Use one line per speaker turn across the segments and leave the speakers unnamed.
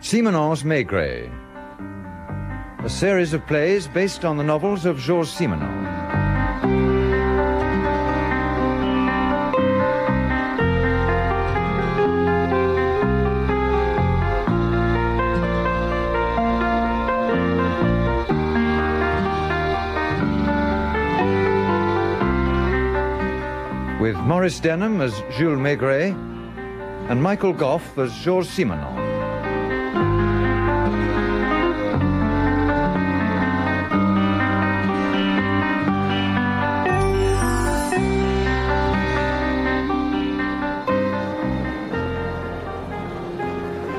Simenon's Maigret, a series of plays based on the novels of Georges Simenon. With Maurice Denham as Jules Maigret and Michael Goff as Georges Simenon.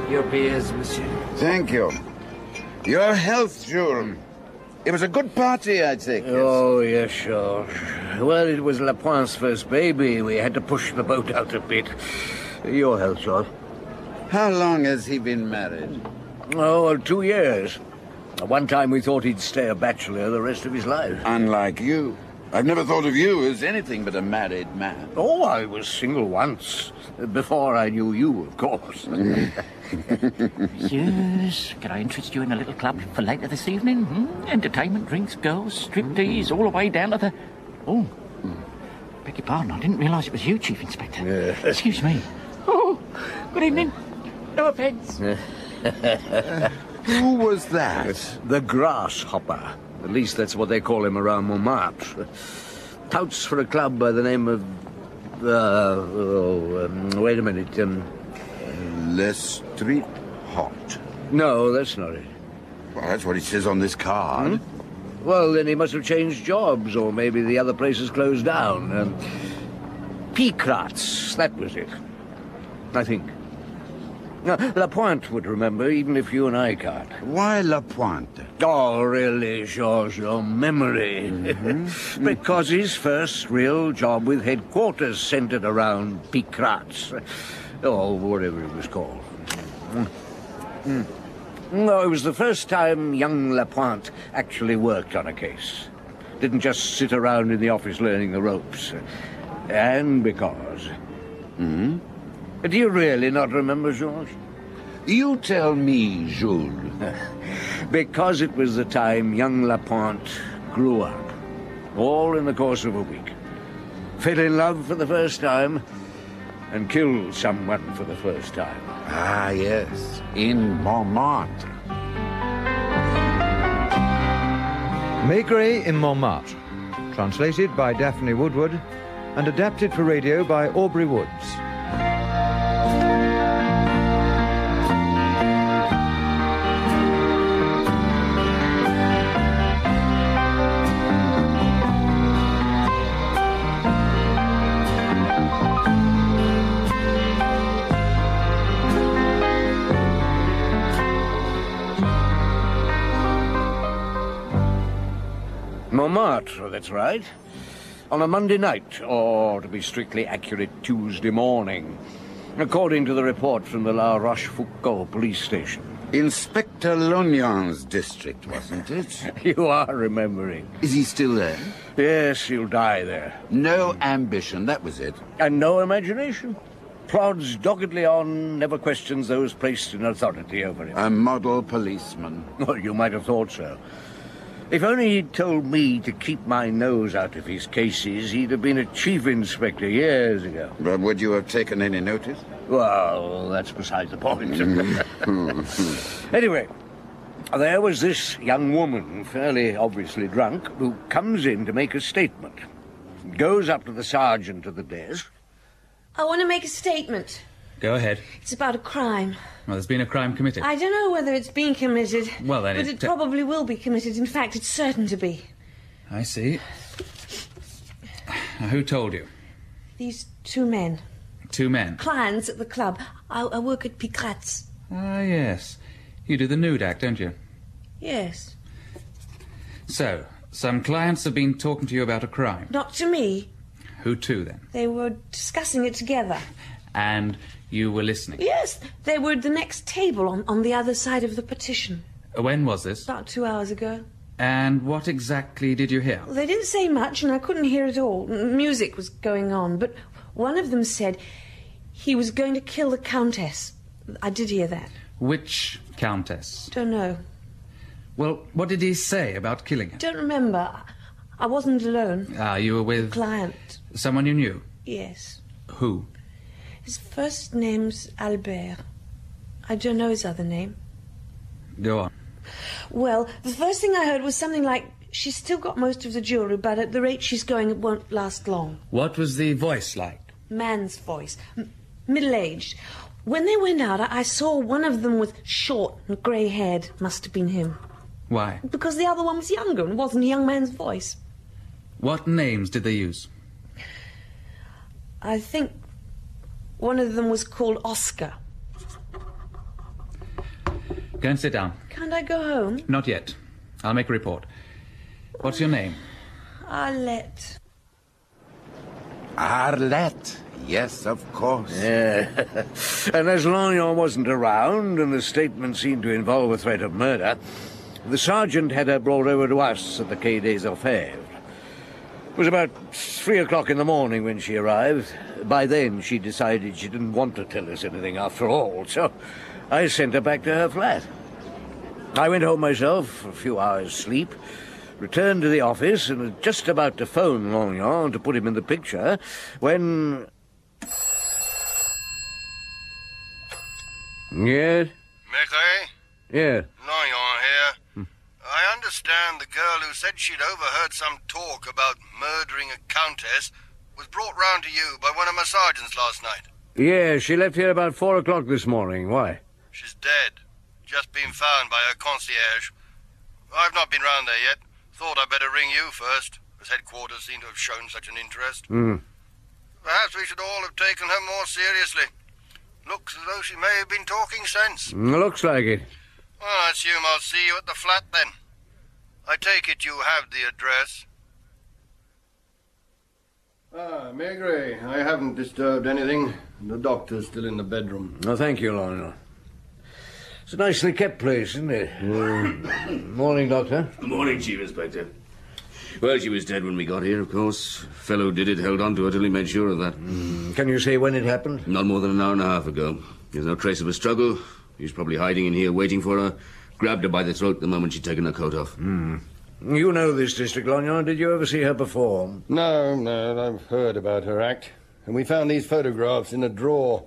Your beers, monsieur.
Thank you. Your health, Jules. It was a good party, I think.
Hmm. Oh, yes, sure. Well, it was Lapointe's first baby. We had to push the boat out a bit. Your health, George.
How long has he been married?
Oh, well, two years. One time we thought he'd stay a bachelor the rest of his life.
Unlike you. I've never thought of you as anything but a married man.
Oh, I was single once. Before I knew you, of course.
Yes. Can I interest you in a little club for later this evening? Hmm? Entertainment, drinks, girls, striptease, all the way down to the. Oh. Beg your pardon, I didn't realise it was you, Chief Inspector. Excuse me. Oh, good evening. No offence.
Who was that?
The grasshopper. At least that's what they call him around Montmartre. Touts for a club by the name of. Uh, oh, um, wait a minute. Um,
Lestrade Hot.
no, that's not it.
Well, that's what it says on this card.
Well, then he must have changed jobs, or maybe the other place has closed down. Um, Picrats, that was it. I think. Now, Lapointe would remember, even if you and I can't.
Why Lapointe?
Oh, really, George, your memory.
Mm-hmm.
because his first real job with headquarters centered around Picrats, or whatever it was called. Mm. Mm. No, it was the first time young Lapointe actually worked on a case. Didn't just sit around in the office learning the ropes. And because. Hmm? Do you really not remember, George?
You tell me, Jules.
Because it was the time young Lapointe grew up, all in the course of a week, fell in love for the first time, and killed someone for the first time.
Ah, yes. In Montmartre.
Maigret in Montmartre, translated by Daphne Woodward and adapted for radio by Aubrey Woods.
Montmartre, that's right. On a Monday night, or to be strictly accurate, Tuesday morning, according to the report from the La Rochefoucauld police station.
Inspector Lognon's district, wasn't it?
You are remembering.
Is he still there?
Yes, he'll die there.
No ambition, that was it.
and no imagination. Plods doggedly on, never questions those placed in authority over him.
A model policeman.
Well, you might have thought so. If only he'd told me to keep my nose out of his cases, he'd have been a chief inspector years ago.
But would you have taken any notice? Mm-hmm.
Well, that's beside the point. anyway, there was this young woman, fairly obviously drunk, who comes in to make a statement. Goes up to the sergeant at the desk.
I want to make a statement.
Go ahead.
It's about a crime.
Well, there's been a crime committed.
I don't know whether it's been committed.
Well, then
but
it-
it probably will be committed. In fact, it's certain to be.
I see. Now, who told you?
These two men,
Two men.
clients at the club. I, I work at Picrat's.
Ah, yes. You do the nude act, don't you?
Yes.
So, some clients have been talking to you about a crime.
Not to me.
Who to, then?
They were discussing it together.
And you were listening.
Yes, they were at the next table on, on the other side of the partition.
When was this?
About two hours ago.
And what exactly did you hear?
Well, They didn't say much, and I couldn't hear it all. M- Music was going on, but one of them said he was going to kill the Countess. I did hear that.
Which countess?
Don't know.
Well, what did he say about killing her?
Don't remember. I wasn't alone.
Ah, you were with
Client.
someone you knew.
Yes.
Who?
His first name's Albert. I don't know his other name.
Go on.
Well, the first thing I heard was something like, she's still got most of the jewellery, but at the rate she's going, it won't last long.
What was the voice like?
Man's voice. M- middle aged. When they went out, I-, I saw one of them with short and grey haired. Must have been him.
Why?
Because the other one was younger and wasn't a young man's voice.
What names did they use?
I think one of them was called Oscar.
Go and sit down.
Can't I go home?
Not yet. I'll make a report. What's your name?
Arlette.
Arlette. Yes, of course.
Yeah. and as Lanyon wasn't around, and the statement seemed to involve a threat of murder, the sergeant had her brought over to us at the Quai des Orfèvres. It was about three o'clock in the morning when she arrived. By then, she decided she didn't want to tell us anything after all, so I sent her back to her flat. I went home myself for a few hours' sleep, returned to the office, and was just about to phone Lanyon to put him in the picture when Yes?
Mickey,
Yeah.
Lyon here.
Hmm.
I understand the girl who said she'd overheard some talk about murdering a countess was brought round to you by one of my sergeants last night.
Yeah, she left here about four o'clock this morning. Why?
She's dead. Just been found by her concierge. I've not been round there yet. Thought I'd better ring you first, as headquarters seem to have shown such an interest.
Hmm.
Perhaps we should all have taken her more seriously. Looks as though she may have been talking sense.
Mm, Looks like it.
Well, I assume I'll see you at the flat then. I take it you have the address. Ah, Maigret, I haven't disturbed anything. The doctor's still in the bedroom.
No, Oh, thank you, Lionel. It's a nicely kept place, isn't it? morning, Doctor.
Morning, Chief Inspector. Well, she was dead when we got here, of course. Fellow who did it held on to her till he made sure of that.
Hmm, Can you say when it happened?
Not more than an hour and a half ago. There's no trace of a struggle. He's probably hiding in here waiting for her. Grabbed her by the throat the moment she'd taken her coat off.
Hmm. You know this district, Lognon. Did you ever see her perform?
No, no, I've heard about her act. And we found these photographs in a drawer.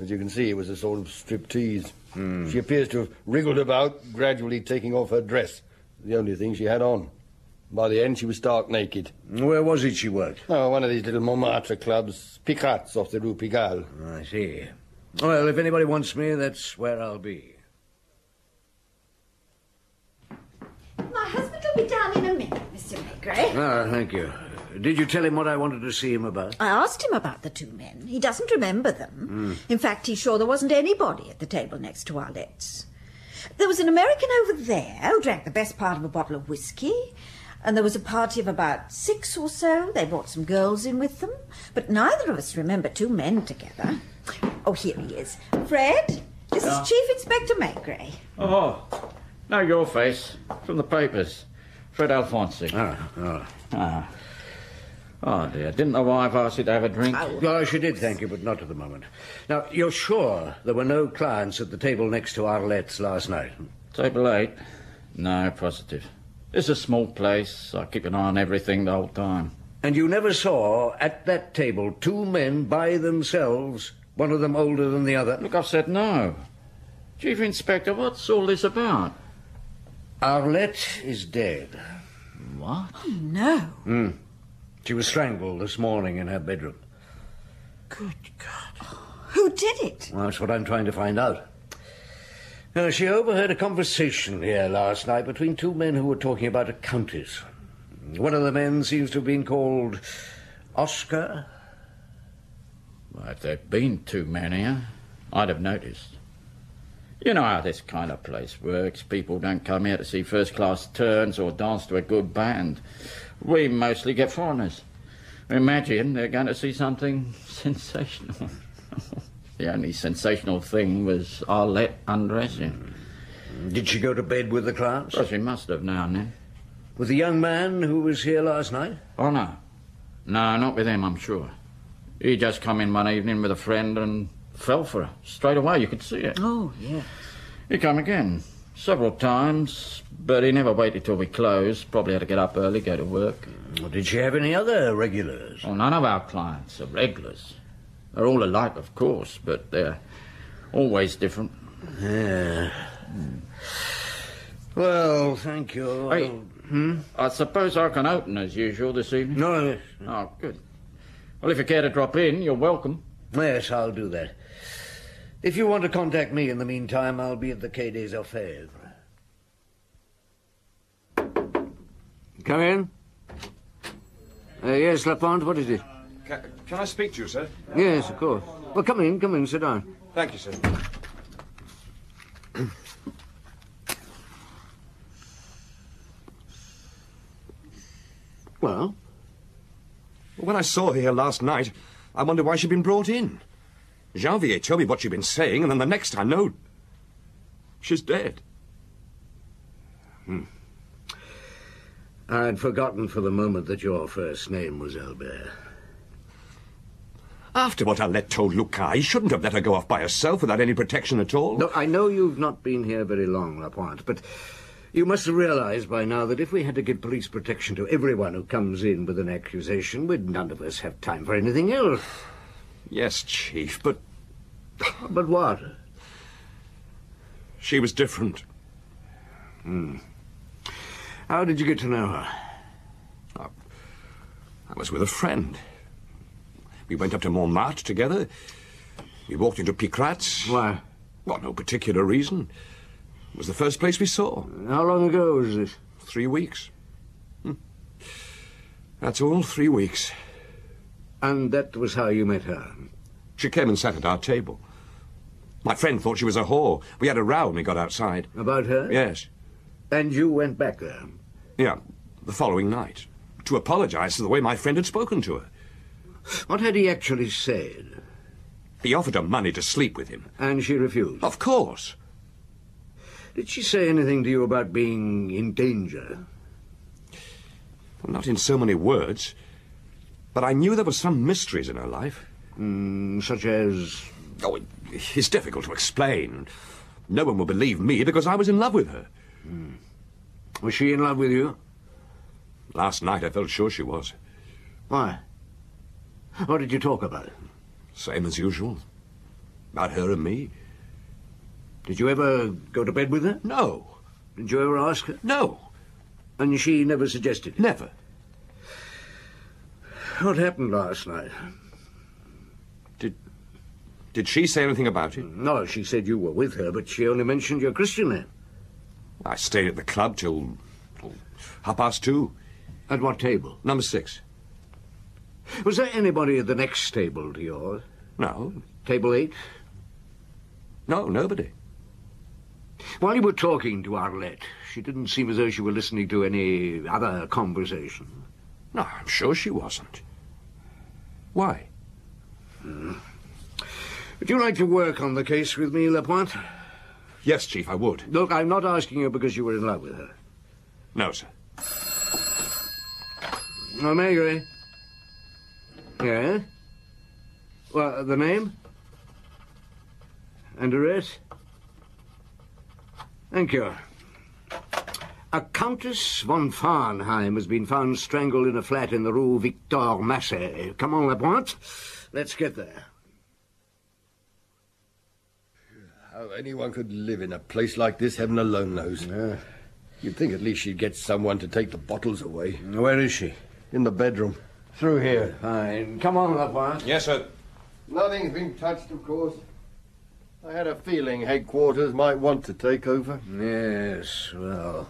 As you can see, it was a sort of striptease.
Hmm.
She appears to have wriggled about, gradually taking off her dress, the only thing she had on. By the end, she was stark naked.
Where was it she worked?
Oh, one of these little Montmartre clubs, Picats off the Rue Pigalle.
I see. Well, if anybody wants me, that's where I'll be.
My husband will be down in a minute, Mr.
Eh?
Maigret.
Ah, thank you. Did you tell him what I wanted to see him about? Hmm,
I asked him about the two men. He doesn't remember them. In fact, he's sure there wasn't anybody at the table next to Arlette's. There was an American over there who drank the best part of a bottle of whiskey, and there was a party of about six or so. They brought some girls in with them, but neither of us remember two men together. Oh, here he is. Fred, this is Chief Inspector Maigret.
Oh, now your face from the papers. Fred Alfonsi.
Ah, ah.
Ah. Oh dear, didn't the wife ask you to have a drink?
Oh. Well, she did, thank you, but not at the moment. Now, you're sure there were no clients at the table next to Arlette's last night?
Table eight? No, positive. It's a small place. I keep an eye on everything the whole time.
And you never saw at that table two men by themselves, one of them older than the other?
Look, I've said no. Chief Inspector, what's all this about?
Arlette is dead. Hmm.
What?
Oh, No.
She was strangled this morning in her bedroom.
Who did it?
Well, that's what I'm trying to find out. Now, she overheard a conversation here last night between two men who were talking about a countess. One of the men seems to have been called Oscar.
Well, if there'd been two men here, I'd have noticed. You know how this kind of place works. People don't come here to see first class turns or dance to a good band. We mostly get foreigners. Imagine they're going to see something sensational. the only sensational thing was Arlette undressing.
Did she go to bed with the clients?
Well, she must have now and then.
With the young man who was here last night?
Oh, no. No, not with him, I'm sure. He just come in one evening with a friend and fell for her. Straight away, you could see it.
Oh, yeah.
He came again, several times, but he never waited till we closed. Probably had to get up early, go to work.
did she have any other regulars?
Well, none of our clients are regulars. They're all alike, of course, but they're always different.
Yeah. Well, thank you.
Hey,
hmm?
Hmm? I suppose I can open as usual this evening.
No.
Oh, good. Well, if you care to drop in, you're welcome.
Yes, I'll do that. If you want to contact me in the meantime, I'll be at the Quai des Orfèvres.
Come in. Uh, yes, Lapont, what is it?
Can, can I speak to you, sir?
Yes, of course. Well, come in, come in, sit down.
Thank you, sir.
Well?
When I saw her here last night, I wondered why she'd been brought in. Janvier told me what she'd been saying, and then the next I know. She's dead.
Hmm.
I'd forgotten for the moment that your first name was Albert.
After what Alette told Luca, he shouldn't have let her go off by herself without any protection at all.
No, I know you've not been here very long, Lapointe, but you must have realized by now that if we had to give police protection to everyone who comes in with an accusation, we'd none of us have time for anything else.
Yes, Chief, but
But what?
she was different. Hmm.
How did you get to know her?
I was with a friend. We went up to Montmartre together. We walked into Picrat's.
Why?
Well, no particular reason. It was the first place we saw.
How long ago was this?
Three weeks. Hmm. That's all, three weeks.
And that was how you met her.
She came and sat at our table. My friend thought she was a whore. We had a row when we got outside.
About her?
Yes.
And you went back there.
Yeah, the following night. To apologize for the way my friend had spoken to her.
What had he actually said?
He offered her money to sleep with him.
And she refused.
Of course.
Did she say anything to you about being in danger?
Well, not in so many words. But I knew there were some mysteries in her life.
Mm, such as.
Oh, it, it's difficult to explain. No one will believe me because I was in love with her.
Hmm. Was she in love with you?
Last night I felt sure she was.
Why? What did you talk about?
Same as usual. About her and me.
Did you ever go to bed with her?
No,
Did you ever ask her?
no,
And she never suggested it?
never.
What happened last night?
Did she say anything about it?
No, she said you were with her, but she only mentioned your Christian name.
I stayed at the club till, till half past two.
At what table?
Number six.
Was there anybody at the next table to yours?
No,
Table eight?
no, nobody.
While you were talking to Arlette, she didn't seem as though she were listening to any other conversation.
No, I'm sure she wasn't. Why?
Hmm. Would you like to work on the case with me, Lapointe?
Yes, Chief, I would.
Look, I'm not asking you because you were in love with her.
No, sir.
Oh, Mary. Yeah? Well, the name? And address? Thank you. A Countess von Farnheim has been found strangled in a flat in the Rue Victor Massé. Come on, Lapointe. Let's get there.
How anyone could live in a place like this, heaven alone knows. You'd think at least she'd get someone to take the bottles away.
Where is she?
In the bedroom. Through here.
Fine. Come on, Lapointe.
Yes, sir.
Nothing's been touched, of course. I had a feeling headquarters might want to take over.
Yes, well.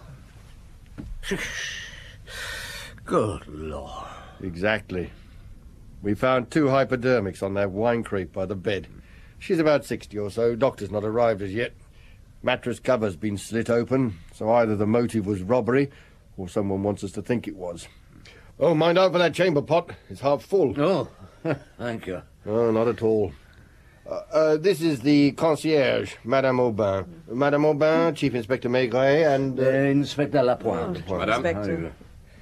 Good Lord.
Exactly. We found two hypodermics on that wine crate by the bed. She's about 60 or so. Doctor's not arrived as yet. Mattress cover's been slit open, so either the motive was robbery or someone wants us to think it was. Oh, mind out for that chamber pot. It's half full.
Oh, thank you.
No, not at all. Uh, uh, this is the concierge, Madame Aubin. Madame Aubin, Chief Inspector Maigret, and...
Uh,
Uh,
Inspector Lapointe.
Madame.
How do you-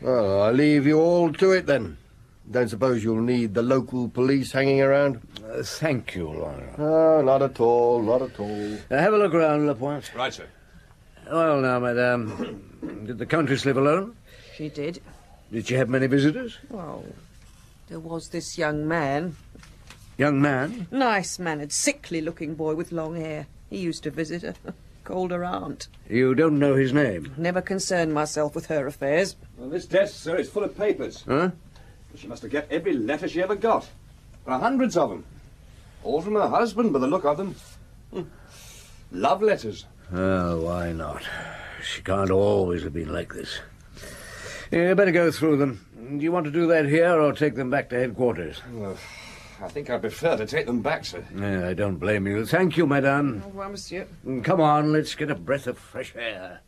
well, I'll leave you all to it, then.
Don't suppose you'll need the local police hanging around?
Uh, thank you, Laura.
Ah,
No, not at all, not at all.
have a look round, Lapointe.
Right, sir.
Well, now, madame, did the Countess live alone?
She did.
Did she have many visitors?
Well, there was this young man.
Young man?
Nice mannered, sickly looking boy with long hair. He used to visit her. Called her aunt.
You don't know his name,
Never concerned myself with her affairs.
Well, this desk, sir, is full of papers.
huh?
She must have got every letter she ever got. There are hundreds of them. All from her husband, by the look of them. Hmm. Love letters.
Oh, why not? She can't always have been like this. You better go through them. Do you want to do that here or take them back to headquarters?
Well, I think I'd prefer to take them back, sir.
Yeah, I don't blame you. Thank you, madame.
Au revoir, monsieur.
Come on, let's get a breath of fresh air.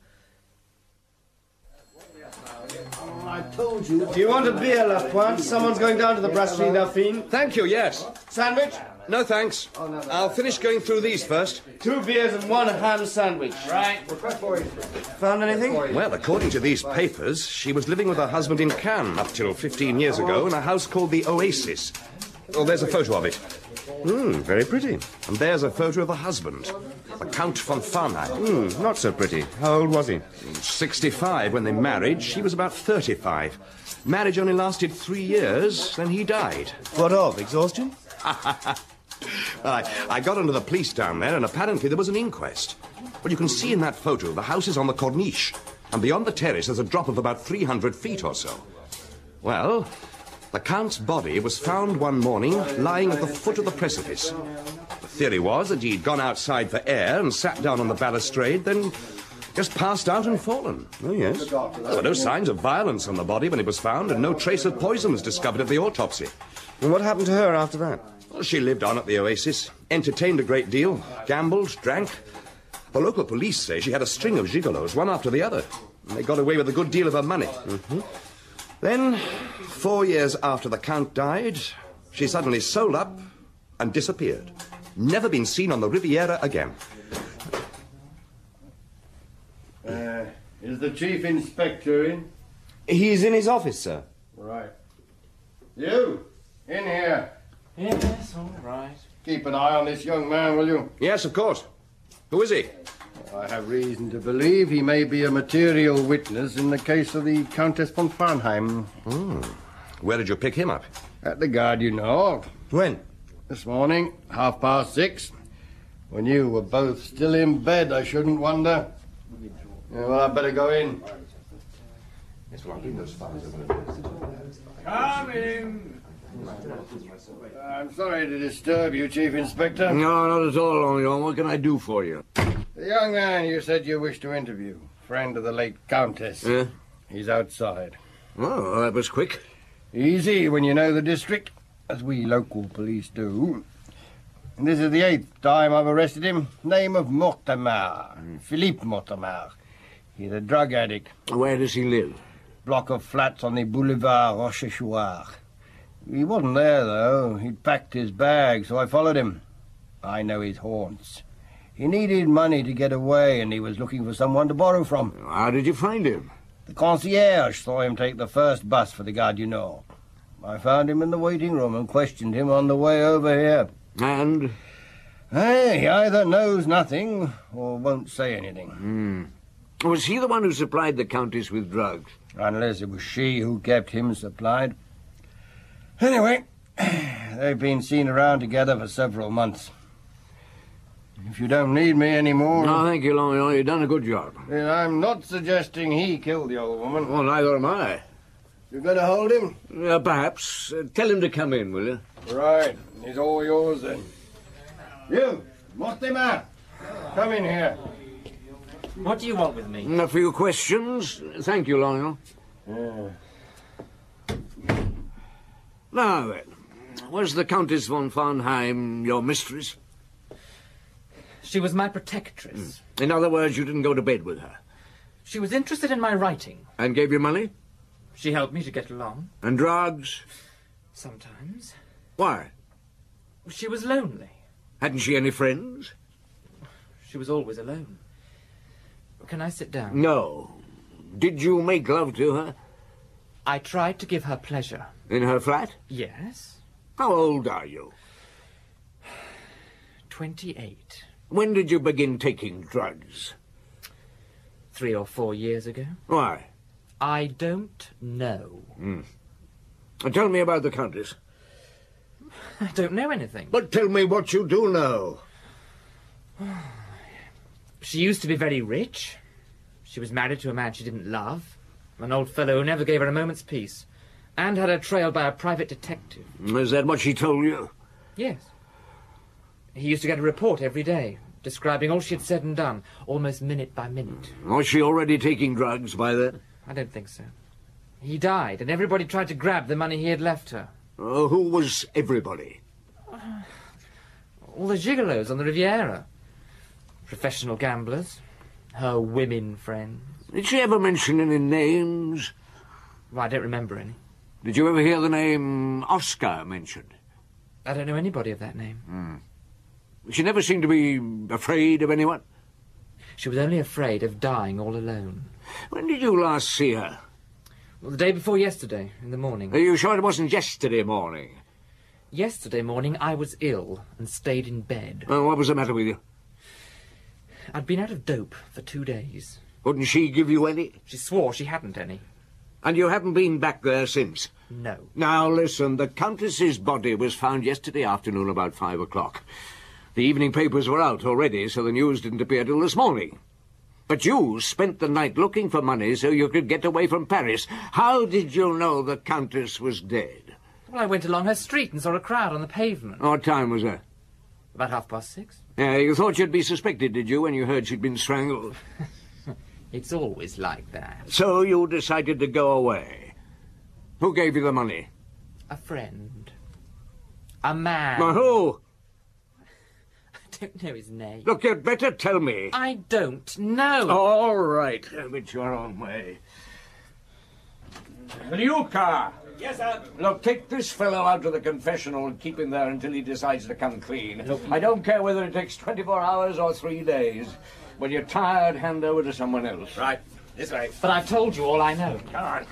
I told you.
Do you want a beer, Lapointe? Someone's going down to the Brasserie Dauphine.
Thank you, yes.
Sandwich?
No thanks. I'll finish going through these first.
Two beers and one ham sandwich.
Right.
Found anything?
Well, according to these papers, she was living with her husband in Cannes up till 15 years ago in a house called the Oasis. Oh, there's a photo of it. Hmm, very pretty. And there's a photo of her husband, the Count von Fahna. Hmm, not so pretty. How old was he? 65 when they married. She was about 35. Marriage only lasted three years, then he died. What of? Exhaustion? I, I got under the police down there, and apparently there was an inquest. Well, you can see in that photo the house is on the corniche, and beyond the terrace there's a drop of about 300 feet or so. Well, the Count's body was found one morning lying at the foot of the precipice. The theory was that he'd gone outside for air and sat down on the balustrade, then just passed out and fallen. Oh, yes. There were no signs of violence on the body when it was found, and no trace of poison was discovered at the autopsy. And what happened to her after that? Well, she lived on at the Oasis, entertained a great deal, gambled, drank. The local police say she had a string of gigolos, one after the other. And they got away with a good deal of her money. Then, four years after the Count died, she suddenly sold up and disappeared. Never been seen on the Riviera again.
Uh, is the chief inspector in?
He's in his office, sir.
Right. You, in here.
Yes, all right.
Keep an eye on this young man, will you?
Yes, of course. Who is he?
I have reason to believe he may be a material witness in the case of the Countess von Farnheim.
Hmm. Where did you pick him up?
At the guard, you know. of.
When?
This morning, half past six. When you were both still in bed, I shouldn't wonder. Yeah, well, I'd better go in.
Come in.
I'm sorry to disturb you, Chief Inspector.
No, not at all, Orion. What can I do for you?
The young man you said you wished to interview, friend of the late Countess.
Yeah?
He's outside.
Oh, that was quick.
Easy when you know the district, as we local police do. And this is the eighth time I've arrested him. Name of Mortimer,
Hmm.
Philippe Mortimer. He's a drug addict.
Where does he live?
Block of flats on the Boulevard Rochechouart. He wasn't there, though. He'd packed his bag, so I followed him. I know his haunts. He needed money to get away, and he was looking for someone to borrow from.
How did you find him?
The concierge saw him take the first bus for the Gare du Nord. I found him in the waiting room and questioned him on the way over here.
And?
he either knows nothing or won't say anything.
Hmm. Was he the one who supplied the Countess with drugs?
Unless it was she who kept him supplied. Anyway, they've been seen around together for several months. If you don't need me anymore.
No, thank you, Longyon. You've done a good job.
Then I'm not suggesting he killed the old woman.
Well, neither am I.
You're going to hold him?
Uh, perhaps. Uh, tell him to come in, will you?
Right. He's all yours then. You, Mortimer, come in here.
What do you want with me?
Mm, A few questions. Thank you, Longyon. Now then, was the Countess von Farnheim your mistress?
She was my protectress.
Mm. In other words, you didn't go to bed with her
She was interested in my writing.
and gave you money
She helped me to get along
and drugs?
sometimes.
Why?
She was lonely.
Hadn't she any friends?
She was always alone. Can I sit down?
No. Did you make love to her?
I tried to give her pleasure.
In her flat?
Yes.
How old are you?
28.
When did you begin taking drugs?
Three or four years ago.
Why?
I don't know.
Hmm. And tell me about the Countess.
I don't know anything.
But tell me what you do know.
She used to be very rich. She was married to a man she didn't love. An old fellow who never gave her a moment's peace. And had her trailed by a private detective.
Is that what she told you?
Yes. He used to get a report every day, describing all she had said and done, almost minute by minute.
Was she already taking drugs by then?
I don't think so. He died, and everybody tried to grab the money he had left her.
Uh, who was everybody?
All the gigolos on the Riviera. Professional gamblers. Her women friends.
Did she ever mention any names?
Well, I don't remember any.
Did you ever hear the name Oscar mentioned?
I don't know anybody of that name.
Hmm. She never seemed to be afraid of anyone.
She was only afraid of dying all alone.
When did you last see her?
Well, the day before yesterday, in the morning.
Are you sure it wasn't yesterday morning?
Yesterday morning, I was ill and stayed in bed.
Uh, what was the matter with you?
I'd been out of dope for two days.
Wouldn't she give you any?
She swore she hadn't any.
And you haven't been back there since?
No.
Now, listen, the Countess's body was found yesterday afternoon about five o'clock. The evening papers were out already, so the news didn't appear till this morning. But you spent the night looking for money so you could get away from Paris. How did you know the Countess was dead?
Well, I went along her street and saw a crowd on the pavement.
What time was that?
About half past six.
Yeah, Uh, you thought you'd be suspected, did you, when you heard she'd been strangled?
It's always like that.
So you decided to go away. Who gave you the money?
A friend. A man.
Now, who?
I don't know his name.
Look, you'd better tell me.
I don't know.
All right, it's your own way. Liuka!
Yes, sir.
Look, take this fellow out to the confessional and keep him there until he decides to come clean. I don't care whether it takes 24 hours or three days. When you're tired, hand over to someone else. Right.
This way.
But I've told you all I know.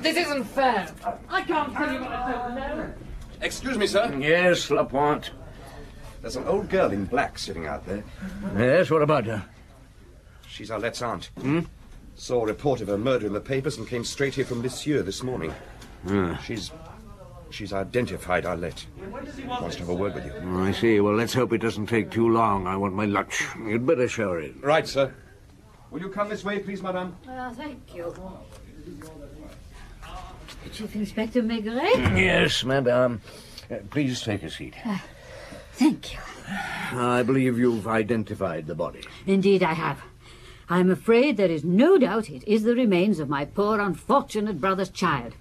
This isn't fair. I can't tell you what I don't know.
Excuse me, sir.
Yes, Lapointe.
There's an old girl in black sitting out there.
Yes, what about her?
She's Arlette's aunt. Hmm? Saw a report of her murder in the papers and came straight here from Monsieur this morning. She's. She's identified Arlette. Wants to have a word with you.
Oh, I see. Well, let's hope it doesn't take too long. I want my lunch. You'd better show it.
Right, sir. Will you come this way, please, madame?
Ah, thank you. Chief Inspector Maigret? Uh,
Yes, madame. Uh, please take a seat.
Thank you.
I believe you've identified the body.
Indeed, I have. I am afraid there is no doubt it is the remains of my poor unfortunate brother's child.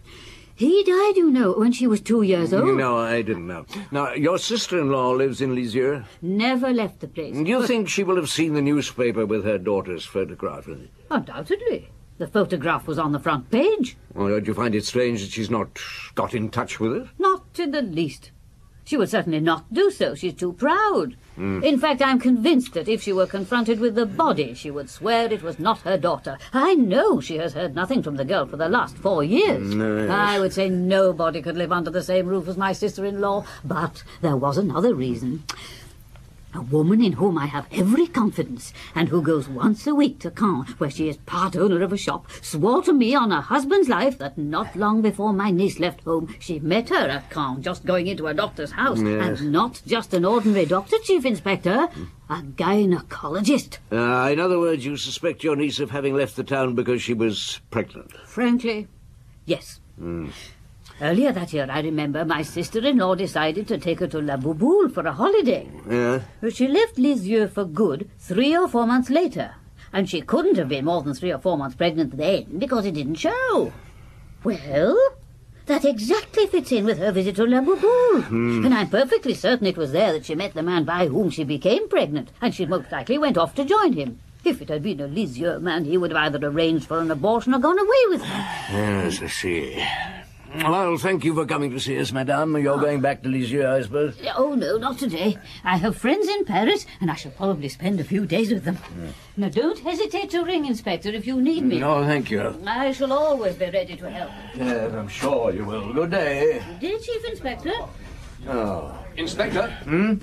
He died, you know, when she was two years old.
No, I didn't know. Now, your sister-in-law lives in Lisieux.
Never left the place.
Do you think she will have seen the newspaper with her daughter's photograph in it?
Undoubtedly. The photograph was on the front page.
Or don't you find it strange that she's not got in touch with it?
Not in the least. She would certainly not do so. She's too proud.
Hmm.
In fact, I'm convinced that if she were confronted with the body, she would swear it was not her daughter. I know she has heard nothing from the girl for the last four years.
No, yes.
I would say nobody could live under the same roof as my sister in law, but there was another reason. A woman in whom I have every confidence, and who goes once a week to Caen, where she is part owner of a shop, swore to me on her husband's life that not long before my niece left home, she met her at Caen, just going into a doctor's house,
Yes.
and not just an ordinary doctor, Chief Inspector, a gynecologist.
Uh, in other words, you suspect your niece of having left the town because she was pregnant.
Frankly, yes.
Hmm.
Earlier that year, I remember, my sister-in-law decided to take her to La Bouboule for a holiday.
Yeah?
She left Lisieux for good three or four months later, and she couldn't have been more than three or four months pregnant then because it didn't show. Well, that exactly fits in with her visit to La Bouboule.
Hmm.
And I'm perfectly certain it was there that she met the man by whom she became pregnant, and she most likely went off to join him. If it had been a Lisieux man, he would have either arranged for an abortion or gone away with her.
Yes, I see. Well, thank you for coming to see us, madame. You're going back to Lisieux, I suppose.
Oh, no, not today. I have friends in Paris, and I shall probably spend a few days with them. Now, don't hesitate to ring, Inspector, if you need me.
No, thank you.
I shall always be ready to help.
Yes, I'm sure you will. Good day.
Dear Chief Inspector,
Oh. Inspector? Hmm?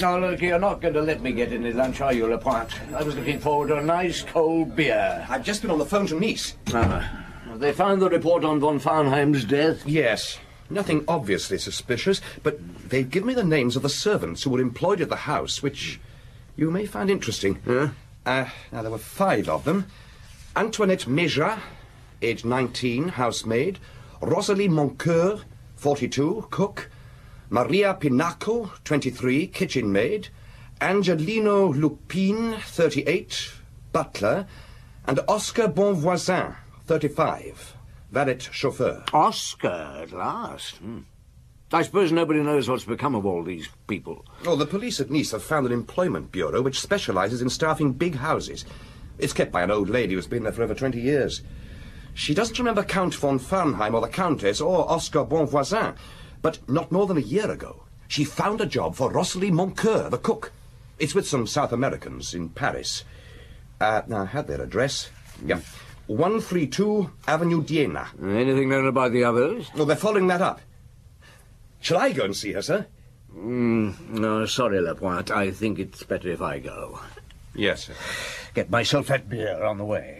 Now, look, you're not going to let me get any lunch, are you, Lapointe? I was looking forward to a nice cold beer. I've just been on the phone to Nice. Ah. They found the report on von Farnheim's death?
Yes. Nothing obviously suspicious, but they've given me the names of the servants who were employed at the house, which you may find interesting. Uh, now, there were five of them Antoinette Meja, age 19, housemaid, Rosalie Moncur, 42, cook, Maria Pinaco, 23, kitchen maid, Angelino Lupin, 38, butler, and Oscar Bonvoisin, 35, valet chauffeur.
Oscar, at last. Hmm. I suppose nobody knows what's become of all these people.
Oh, the police at Nice have found an employment bureau which specializes in staffing big houses. It's kept by an old lady who's been there for over 20 years. She doesn't remember Count von Farnheim or the Countess or Oscar Bonvoisin, but not more than a year ago, she found a job for Rosalie Moncur, the cook. It's with some South Americans in Paris. Uh, now, I had their address. Yeah. 132 Avenue Diana.
Anything known about the others?
No, they're following that up. Shall I go and see her, sir?
Mm, no, sorry, Lapointe. I think it's better if I go.
Yes, sir.
Get myself that beer on the way.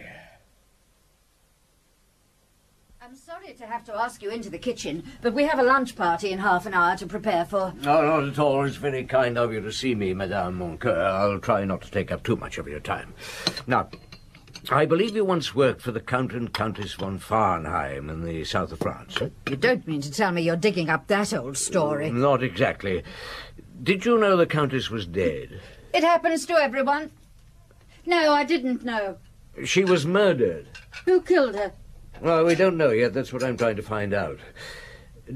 I'm sorry to have to ask you into the kitchen, but we have a lunch party in half an hour to prepare for.
No, not at all. It's very kind of you to see me, Madame Moncur. I'll try not to take up too much of your time. Now, I believe you once worked for the Count and Countess von Farnheim in the south of France. eh?
You don't mean to tell me you're digging up that old story.
Not exactly. Did you know the Countess was dead?
It happens to everyone. No, I didn't know.
She was murdered.
Who killed her?
Well, we don't know yet. That's what I'm trying to find out.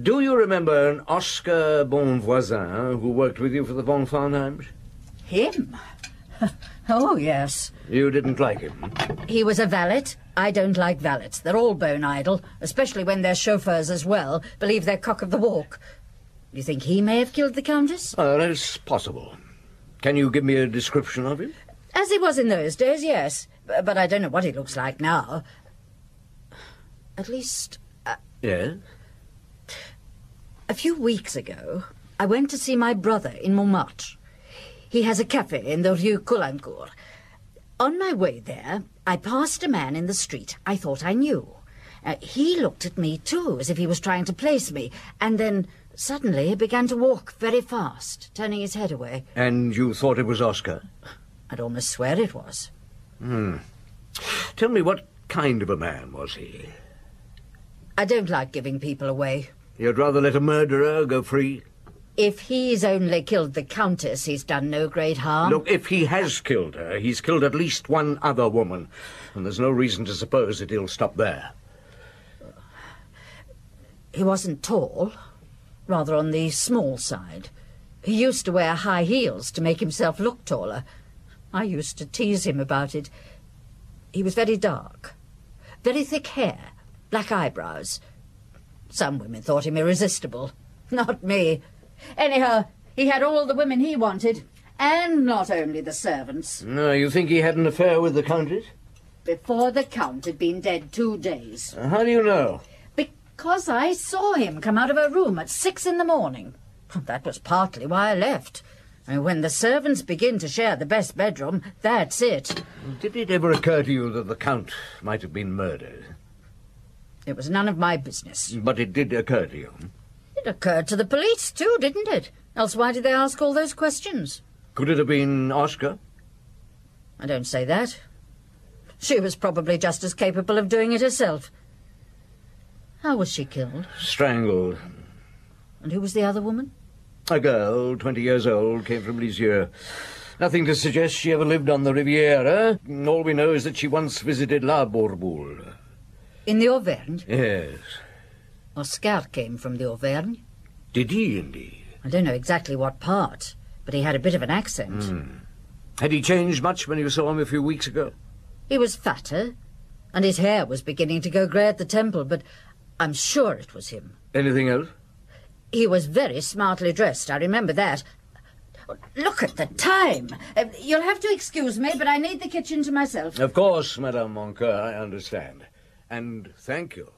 Do you remember an Oscar Bonvoisin who worked with you for the von Farnheims?
Him? oh, yes.
You didn't like him.
He was a valet. I don't like valets. They're all bone idle, especially when their chauffeurs as well believe they're cock of the walk. You think he may have killed the Countess?
Oh, that's possible. Can you give me a description of him?
As he was in those days, yes. B- But I don't know what he looks like now. At least
Yes.
a few weeks ago, I went to see my brother in Montmartre. He has a cafe in the Rue Coulancourt. On my way there, I passed a man in the street I thought I knew. Uh, he looked at me too, as if he was trying to place me, and then suddenly he began to walk very fast, turning his head away.
And you thought it was Oscar?
I'd almost swear it was.
Hmm. Tell me, what kind of a man was he?
I don't like giving people away.
You'd rather let a murderer go free?
If he's only killed the Countess, he's done no great harm.
Look, if he has killed her, he's killed at least one other woman, and there's no reason to suppose that he'll stop there.
He wasn't tall, rather on the small side. He used to wear high heels to make himself look taller. I used to tease him about it. He was very dark, very thick hair, black eyebrows. Some women thought him irresistible. Not me. Anyhow, he had all the women he wanted, and not only the servants.
No, you think he had an affair with the Countess?
Before the Count had been dead two days.
Uh, How do you know?
Because I saw him come out of her room at six in the morning. That was partly why I left. And when the servants begin to share the best bedroom, that's it.
Did it ever occur to you that the Count might have been murdered?
It was none of my business.
But it did occur to you.
It occurred to the police, too, didn't it? Else why did they ask all those questions?
Could it have been Oscar?
I don't say that. She was probably just as capable of doing it herself. How was she killed?
Strangled.
And who was the other woman?
A girl, 20 years old, came from Lisieux. Nothing to suggest she ever lived on the Riviera. All we know is that she once visited La Bourboule.
In the Auvergne.
Yes.
Oscar came from the Auvergne.
Did he indeed?
I don't know exactly what part, but he had a bit of an accent.
Hmm. Had he changed much when you saw him a few weeks ago?
He was fatter, and his hair was beginning to go grey at the temple, but I'm sure it was him.
Anything else?
He was very smartly dressed, I remember that. Look at the time. Uh, you'll have to excuse me, but I need the kitchen to myself.
Of course, Madame Moncur, I understand. And thank you.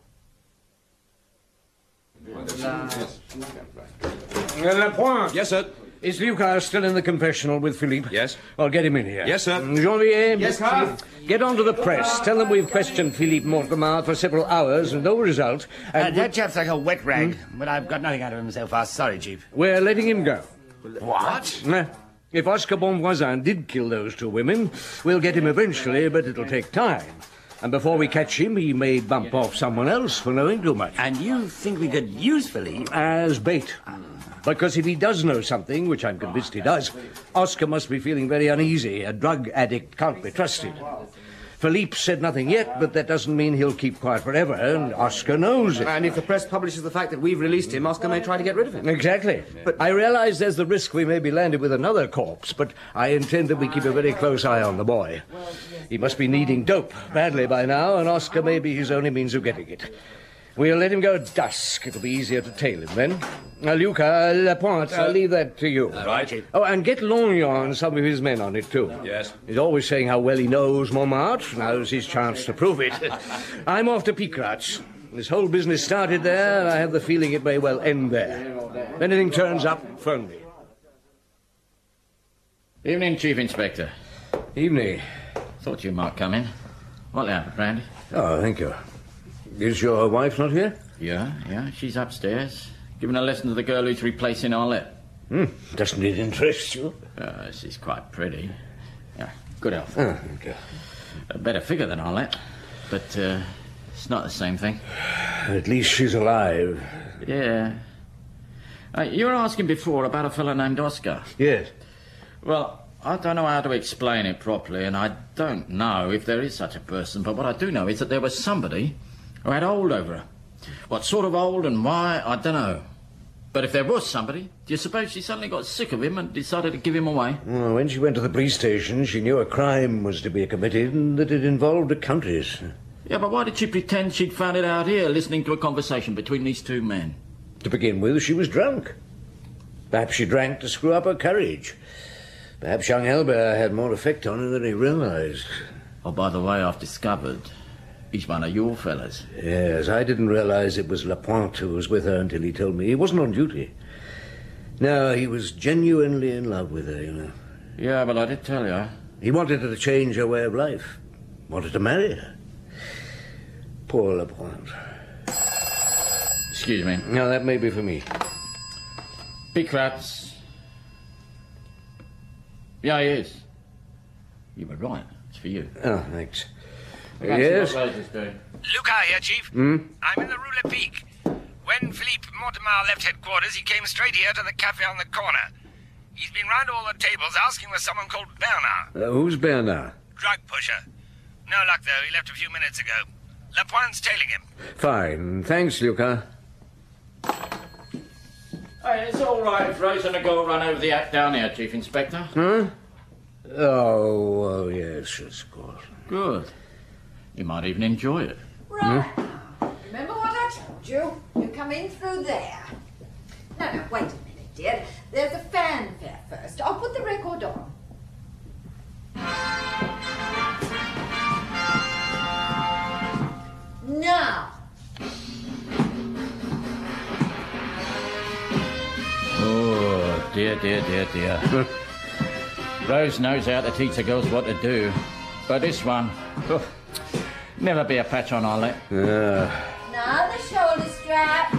Lapointe.
Yes, sir.
Is Lucas still in the confessional with Philippe? Yes. I'll get him in here. Mm,
Yes, sir.
Janvier.
Yes, sir.
Get on to the press. Tell them we've questioned Philippe Mortemart for several hours and no result. And
Uh, that chap's like a wet rag, but I've got nothing out of him so far. Sorry, Chief.
we're letting him go.
What?
Nah. If Oscar Bonvoisin did kill those two women, we'll get him eventually, but it'll take time. And before we catch him, he may bump off someone else for knowing too much. And you think we could use Philippe? As bait. Because if he does know something, which I'm convinced he does, Oscar must be feeling very uneasy. A drug addict can't be trusted. Philippe said nothing yet, but that doesn't mean he'll keep quiet forever, and Oscar knows it.
And if the press publishes the fact that we've released him, Oscar may try to get rid of him.
Exactly. But I realise there's the risk we may be landed with another corpse, but I intend that we keep a very close eye on the boy. He must be needing dope badly by now, and Oscar may be his only means of getting it. We'll let him go at dusk. It'll be easier to tail him then. Now, Luca, Lapointe, I'll leave that to you.
Right.
Oh, and get Longyon and some of his men on it, too.
Yes.
He's always saying how well he knows Montmartre. Now's his chance to prove it. I'm off to Picrat's. This whole business started there, and I have the feeling it may well end there. If anything turns up, phone me.
Evening, Chief Inspector.
Evening.
Thought you might come in. What now, Brandy?
Oh, thank you. Is your wife not here?
Yeah, yeah, she's upstairs. Giving a lesson to the girl who's replacing Arlette.
Hmm. Doesn't it interest you?
Uh, she's quite pretty. Yeah, good health.
Oh, thank you.
A better figure than Arlette, but uh, it's not the same thing.
At least she's alive.
Yeah. Uh, you were asking before about a fellow named Oscar.
Yes.
Well, I don't know how to explain it properly, and I don't know if there is such a person, but what I do know is that there was somebody who had hold over her. What sort of hold and why, I don't know. But if there was somebody, do you suppose she suddenly got sick of him and decided to give him away?
Well, when she went to the police station, she knew a crime was to be committed and that it involved a countess.
Yeah, but why did she pretend she'd found it out here, listening to a conversation between these two men?
To begin with, she was drunk. Perhaps she drank to screw up her courage. Perhaps young Albert had more effect on her than he realized.
Oh, by the way, I've discovered he's one of your fellas.
Yes, I didn't realize it was Lapointe who was with her until he told me. He wasn't on duty. No, he was genuinely in love with her, you know.
Yeah, but I did tell you.
He wanted her to change her way of life, wanted to marry her. Poor Lapointe.
Excuse me.
Now, that may be for me.
Big rats. Yeah, he is. You were right. It's for you.
Oh, thanks.
Yes.
Yes?
Luca here, Chief.
Hmm?
I'm in the Ruler Peak. When Philippe Mortimer left headquarters, he came straight here to the cafe on the corner. He's been round all the tables asking for someone called Bernard,
Uh, who's Bernard?
drug pusher. No luck, though. He left a few minutes ago. Lapointe's tailing him.
Fine. Thanks, Luca.
Hey, it's all right if Rose and a girl run over the act down here, Chief Inspector.
Huh? Oh, oh, yes, yes, of course.
Good. You might even enjoy it.
Hmm?
Remember what I told you? You come in through there. No, no, wait a minute, dear. There's a fanfare first. I'll put the record on. Now,
Oh, dear, dear, dear, dear. Rose knows how to teach the girls what to do. But this one, oh, never be a patch on our lip.
Ah.
now the shoulder strap.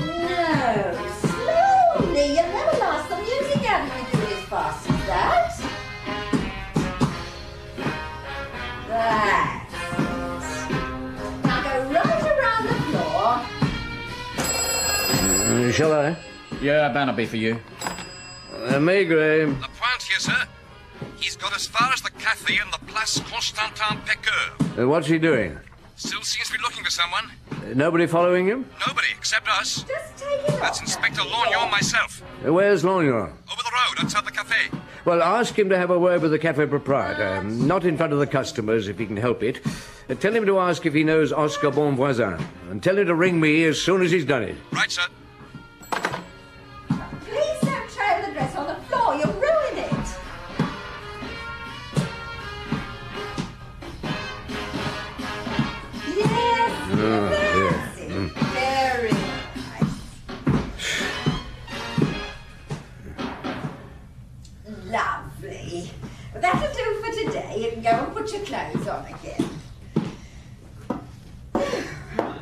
No, slowly. You'll never last the music out of me doing as fast as that. That's it. Now go right around the floor.
Uh, shall I?
Yeah, Bannerby for you.
Uh, May Graham.
Lapointe here, sir. He's got as far as the cafe in the Place Constantin Pecqueur.
Uh, what's he doing?
Still seems to be looking for someone.
Uh, nobody following him?
Nobody except us. Just take it That's Inspector Lorgnon myself.
Uh, where's Longyon?
Over the road, outside the cafe.
Well, ask him to have a word with the cafe proprietor. Not in front of the customers, if he can help it. Uh, tell him to ask if he knows Oscar Bonvoisin. And tell him to ring me as soon as he's done it.
Right, sir.
Please don't trail the dress on the floor. You'll ruin it. Yes,
Ah, yeah. Mm.
very. Lovely. That'll do for today. You can go and put your clothes on again. I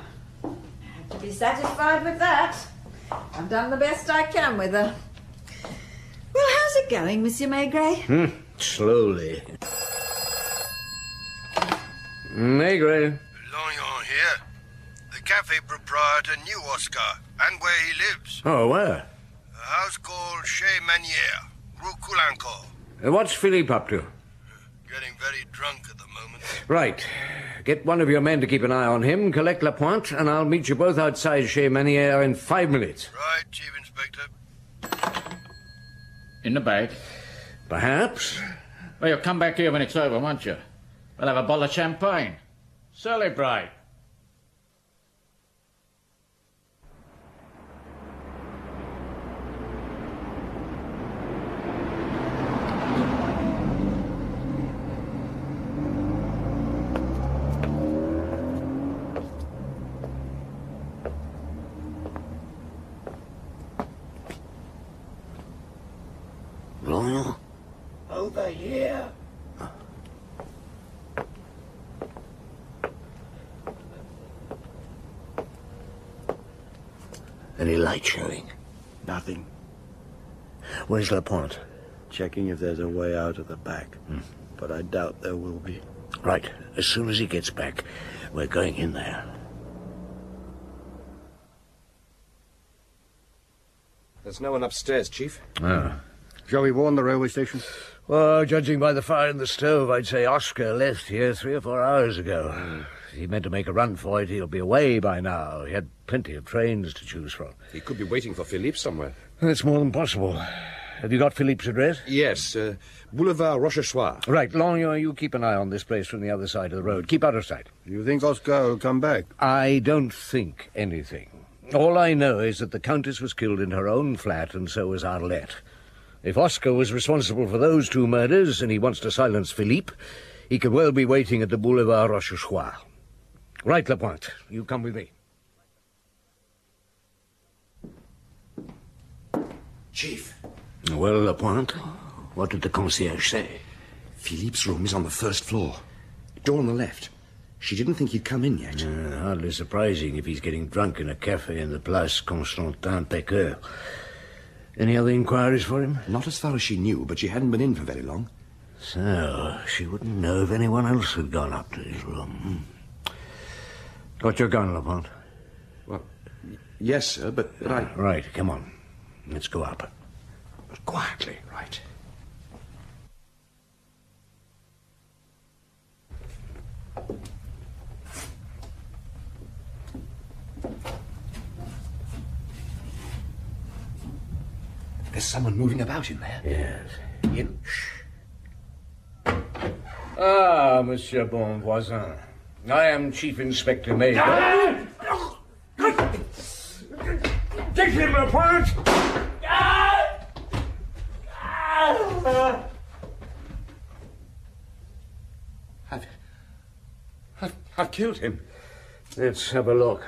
have to be satisfied with that. I've done the best I can with her. Well, how's it going, Monsieur Maigret?
Hmm. Slowly. Negre.
Longyon here. The cafe proprietor knew Oscar and where he lives.
Oh, where?
A house called Chez Manier, Rue Coulancourt.
Uh, What's Philippe up to?
Getting very drunk at the moment.
Right. Get one of your men to keep an eye on him, collect Lapointe, and I'll meet you both outside Chez Manier in five minutes.
Right, Chief Inspector.
In the bag.
Perhaps.
Well, you'll come back here when it's over, won't you? We'll have a bottle of champagne. Celebrate.
Lionel?
Over here.
Any light showing?
Nothing.
Where's Lapointe?
Checking if there's a way out of the back.
Hmm.
But I doubt there will be.
Right. As soon as he gets back, we're going in there.
There's no one upstairs, Chief.
Ah.
Shall we warn the railway station?
Well, judging by the fire in the stove, I'd say Oscar left here three or four hours ago. If he meant to make a run for it, he'll be away by now. He had plenty of trains to choose from.
He could be waiting for Philippe somewhere.
That's more than possible. Have you got Philippe's address?
Yes, uh, Boulevard Rochechouart.
Right, Longyon, you keep an eye on this place from the other side of the road. Keep out of sight.
You think Oscar will come back?
I don't think anything. All I know is that the Countess was killed in her own flat, and so was Arlette. If Oscar was responsible for those two murders, and he wants to silence Philippe, he could well be waiting at the Boulevard Rochechouart. Right, Lapointe, you come with me.
Chief.
Well, Lapointe, what did the concierge say?
Philippe's room is on the first floor. Door on the left. She didn't think he'd come in yet.
Uh, hardly surprising if he's getting drunk in a cafe in the Place Constantin Pecqueur. Any other inquiries for him?
Not as far as she knew, but she hadn't been in for very long.
So, she wouldn't know if anyone else had gone up to his room. Hmm. Got your gun, Lapointe?
Well, yes, sir, but, but I.
Right, come on. Let's go up.
Quietly, right. There's someone moving about in there.
Yes.
You.
Ah, Monsieur Bonvoisin. I am Chief Inspector Major.
Take him apart!
I've, I've killed him.
Let's have a look.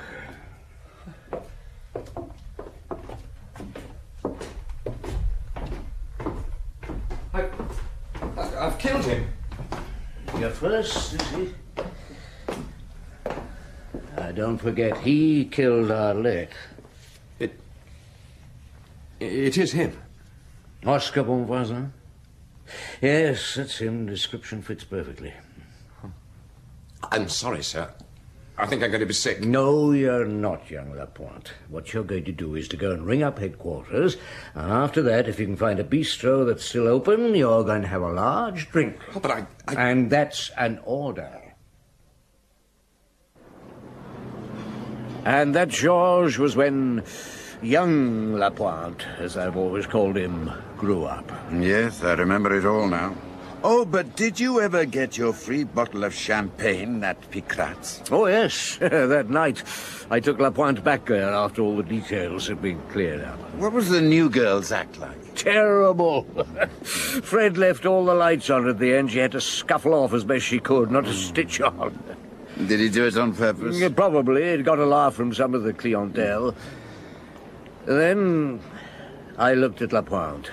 I, I've killed him.
You're first, is he? Uh, don't forget, he killed Arlette.
It. It is him.
Oscar Bonvoisin? Yes, that's him. Description fits perfectly.
I'm sorry, sir. I think I'm going to be sick.
No, you're not, young Lapointe. What you're going to do is to go and ring up headquarters, and after that, if you can find a bistro that's still open, you're going to have a large drink.
Oh, but I, I.
And that's an order. And that Georges was when young Lapointe, as I've always called him, grew up.
Yes, I remember it all now. Oh, but did you ever get your free bottle of champagne at Picrat's?
Oh, yes, that night I took Lapointe back there after all the details had been cleared up.
What was the new girl's act like?
Terrible. Fred left all the lights on at the end. She had to scuffle off as best she could, not a stitch on.
Did he do it on purpose?
Yeah, Mm, Probably. It got a laugh from some of the clientele. Then I looked at Lapointe,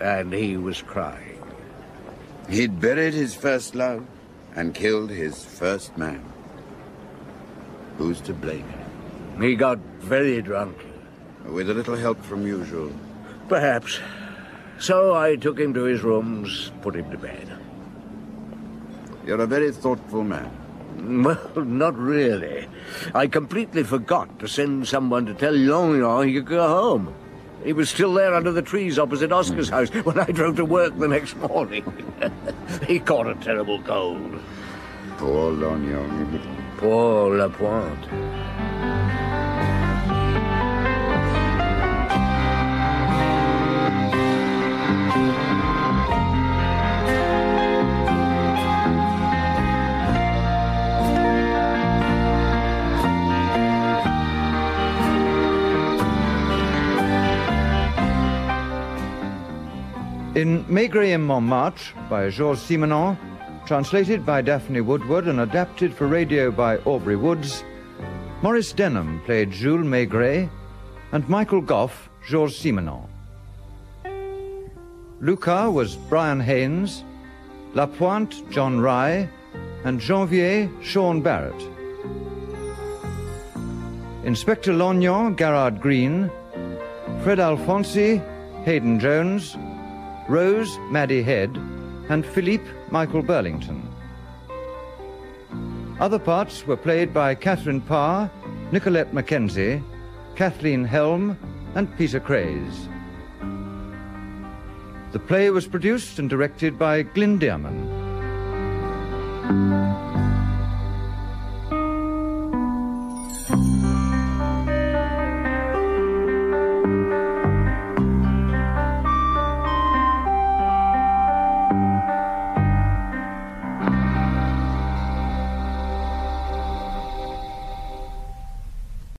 and he was crying.
He'd buried his first love and killed his first man. Who's to blame him?
He got very drunk.
With a little help from usual.
Perhaps. So I took him to his rooms, put him to bed.
You're a very thoughtful man.
Well, not really. I completely forgot to send someone to tell Longyon he could go home. He was still there under the trees opposite Oscar's house when I drove to work the next morning. he caught a terrible cold.
Poor Longyon.
Poor Lapointe.
In Maigret in Montmartre by Georges Simenon, translated by Daphne Woodward and adapted for radio by Aubrey Woods, Maurice Denham played Jules Maigret and Michael Goff, Georges Simenon. Lucas was Brian Haynes, Lapointe, John Rye, and Janvier, Sean Barrett. Inspector Lognon, Garrard Green, Fred Alfonsi, Hayden Jones, Rose Maddie Head, and Philippe Michael Burlington. Other parts were played by Catherine Parr, Nicolette Mackenzie, Kathleen Helm, and Peter Craze. The play was produced and directed by Glyn Dearman.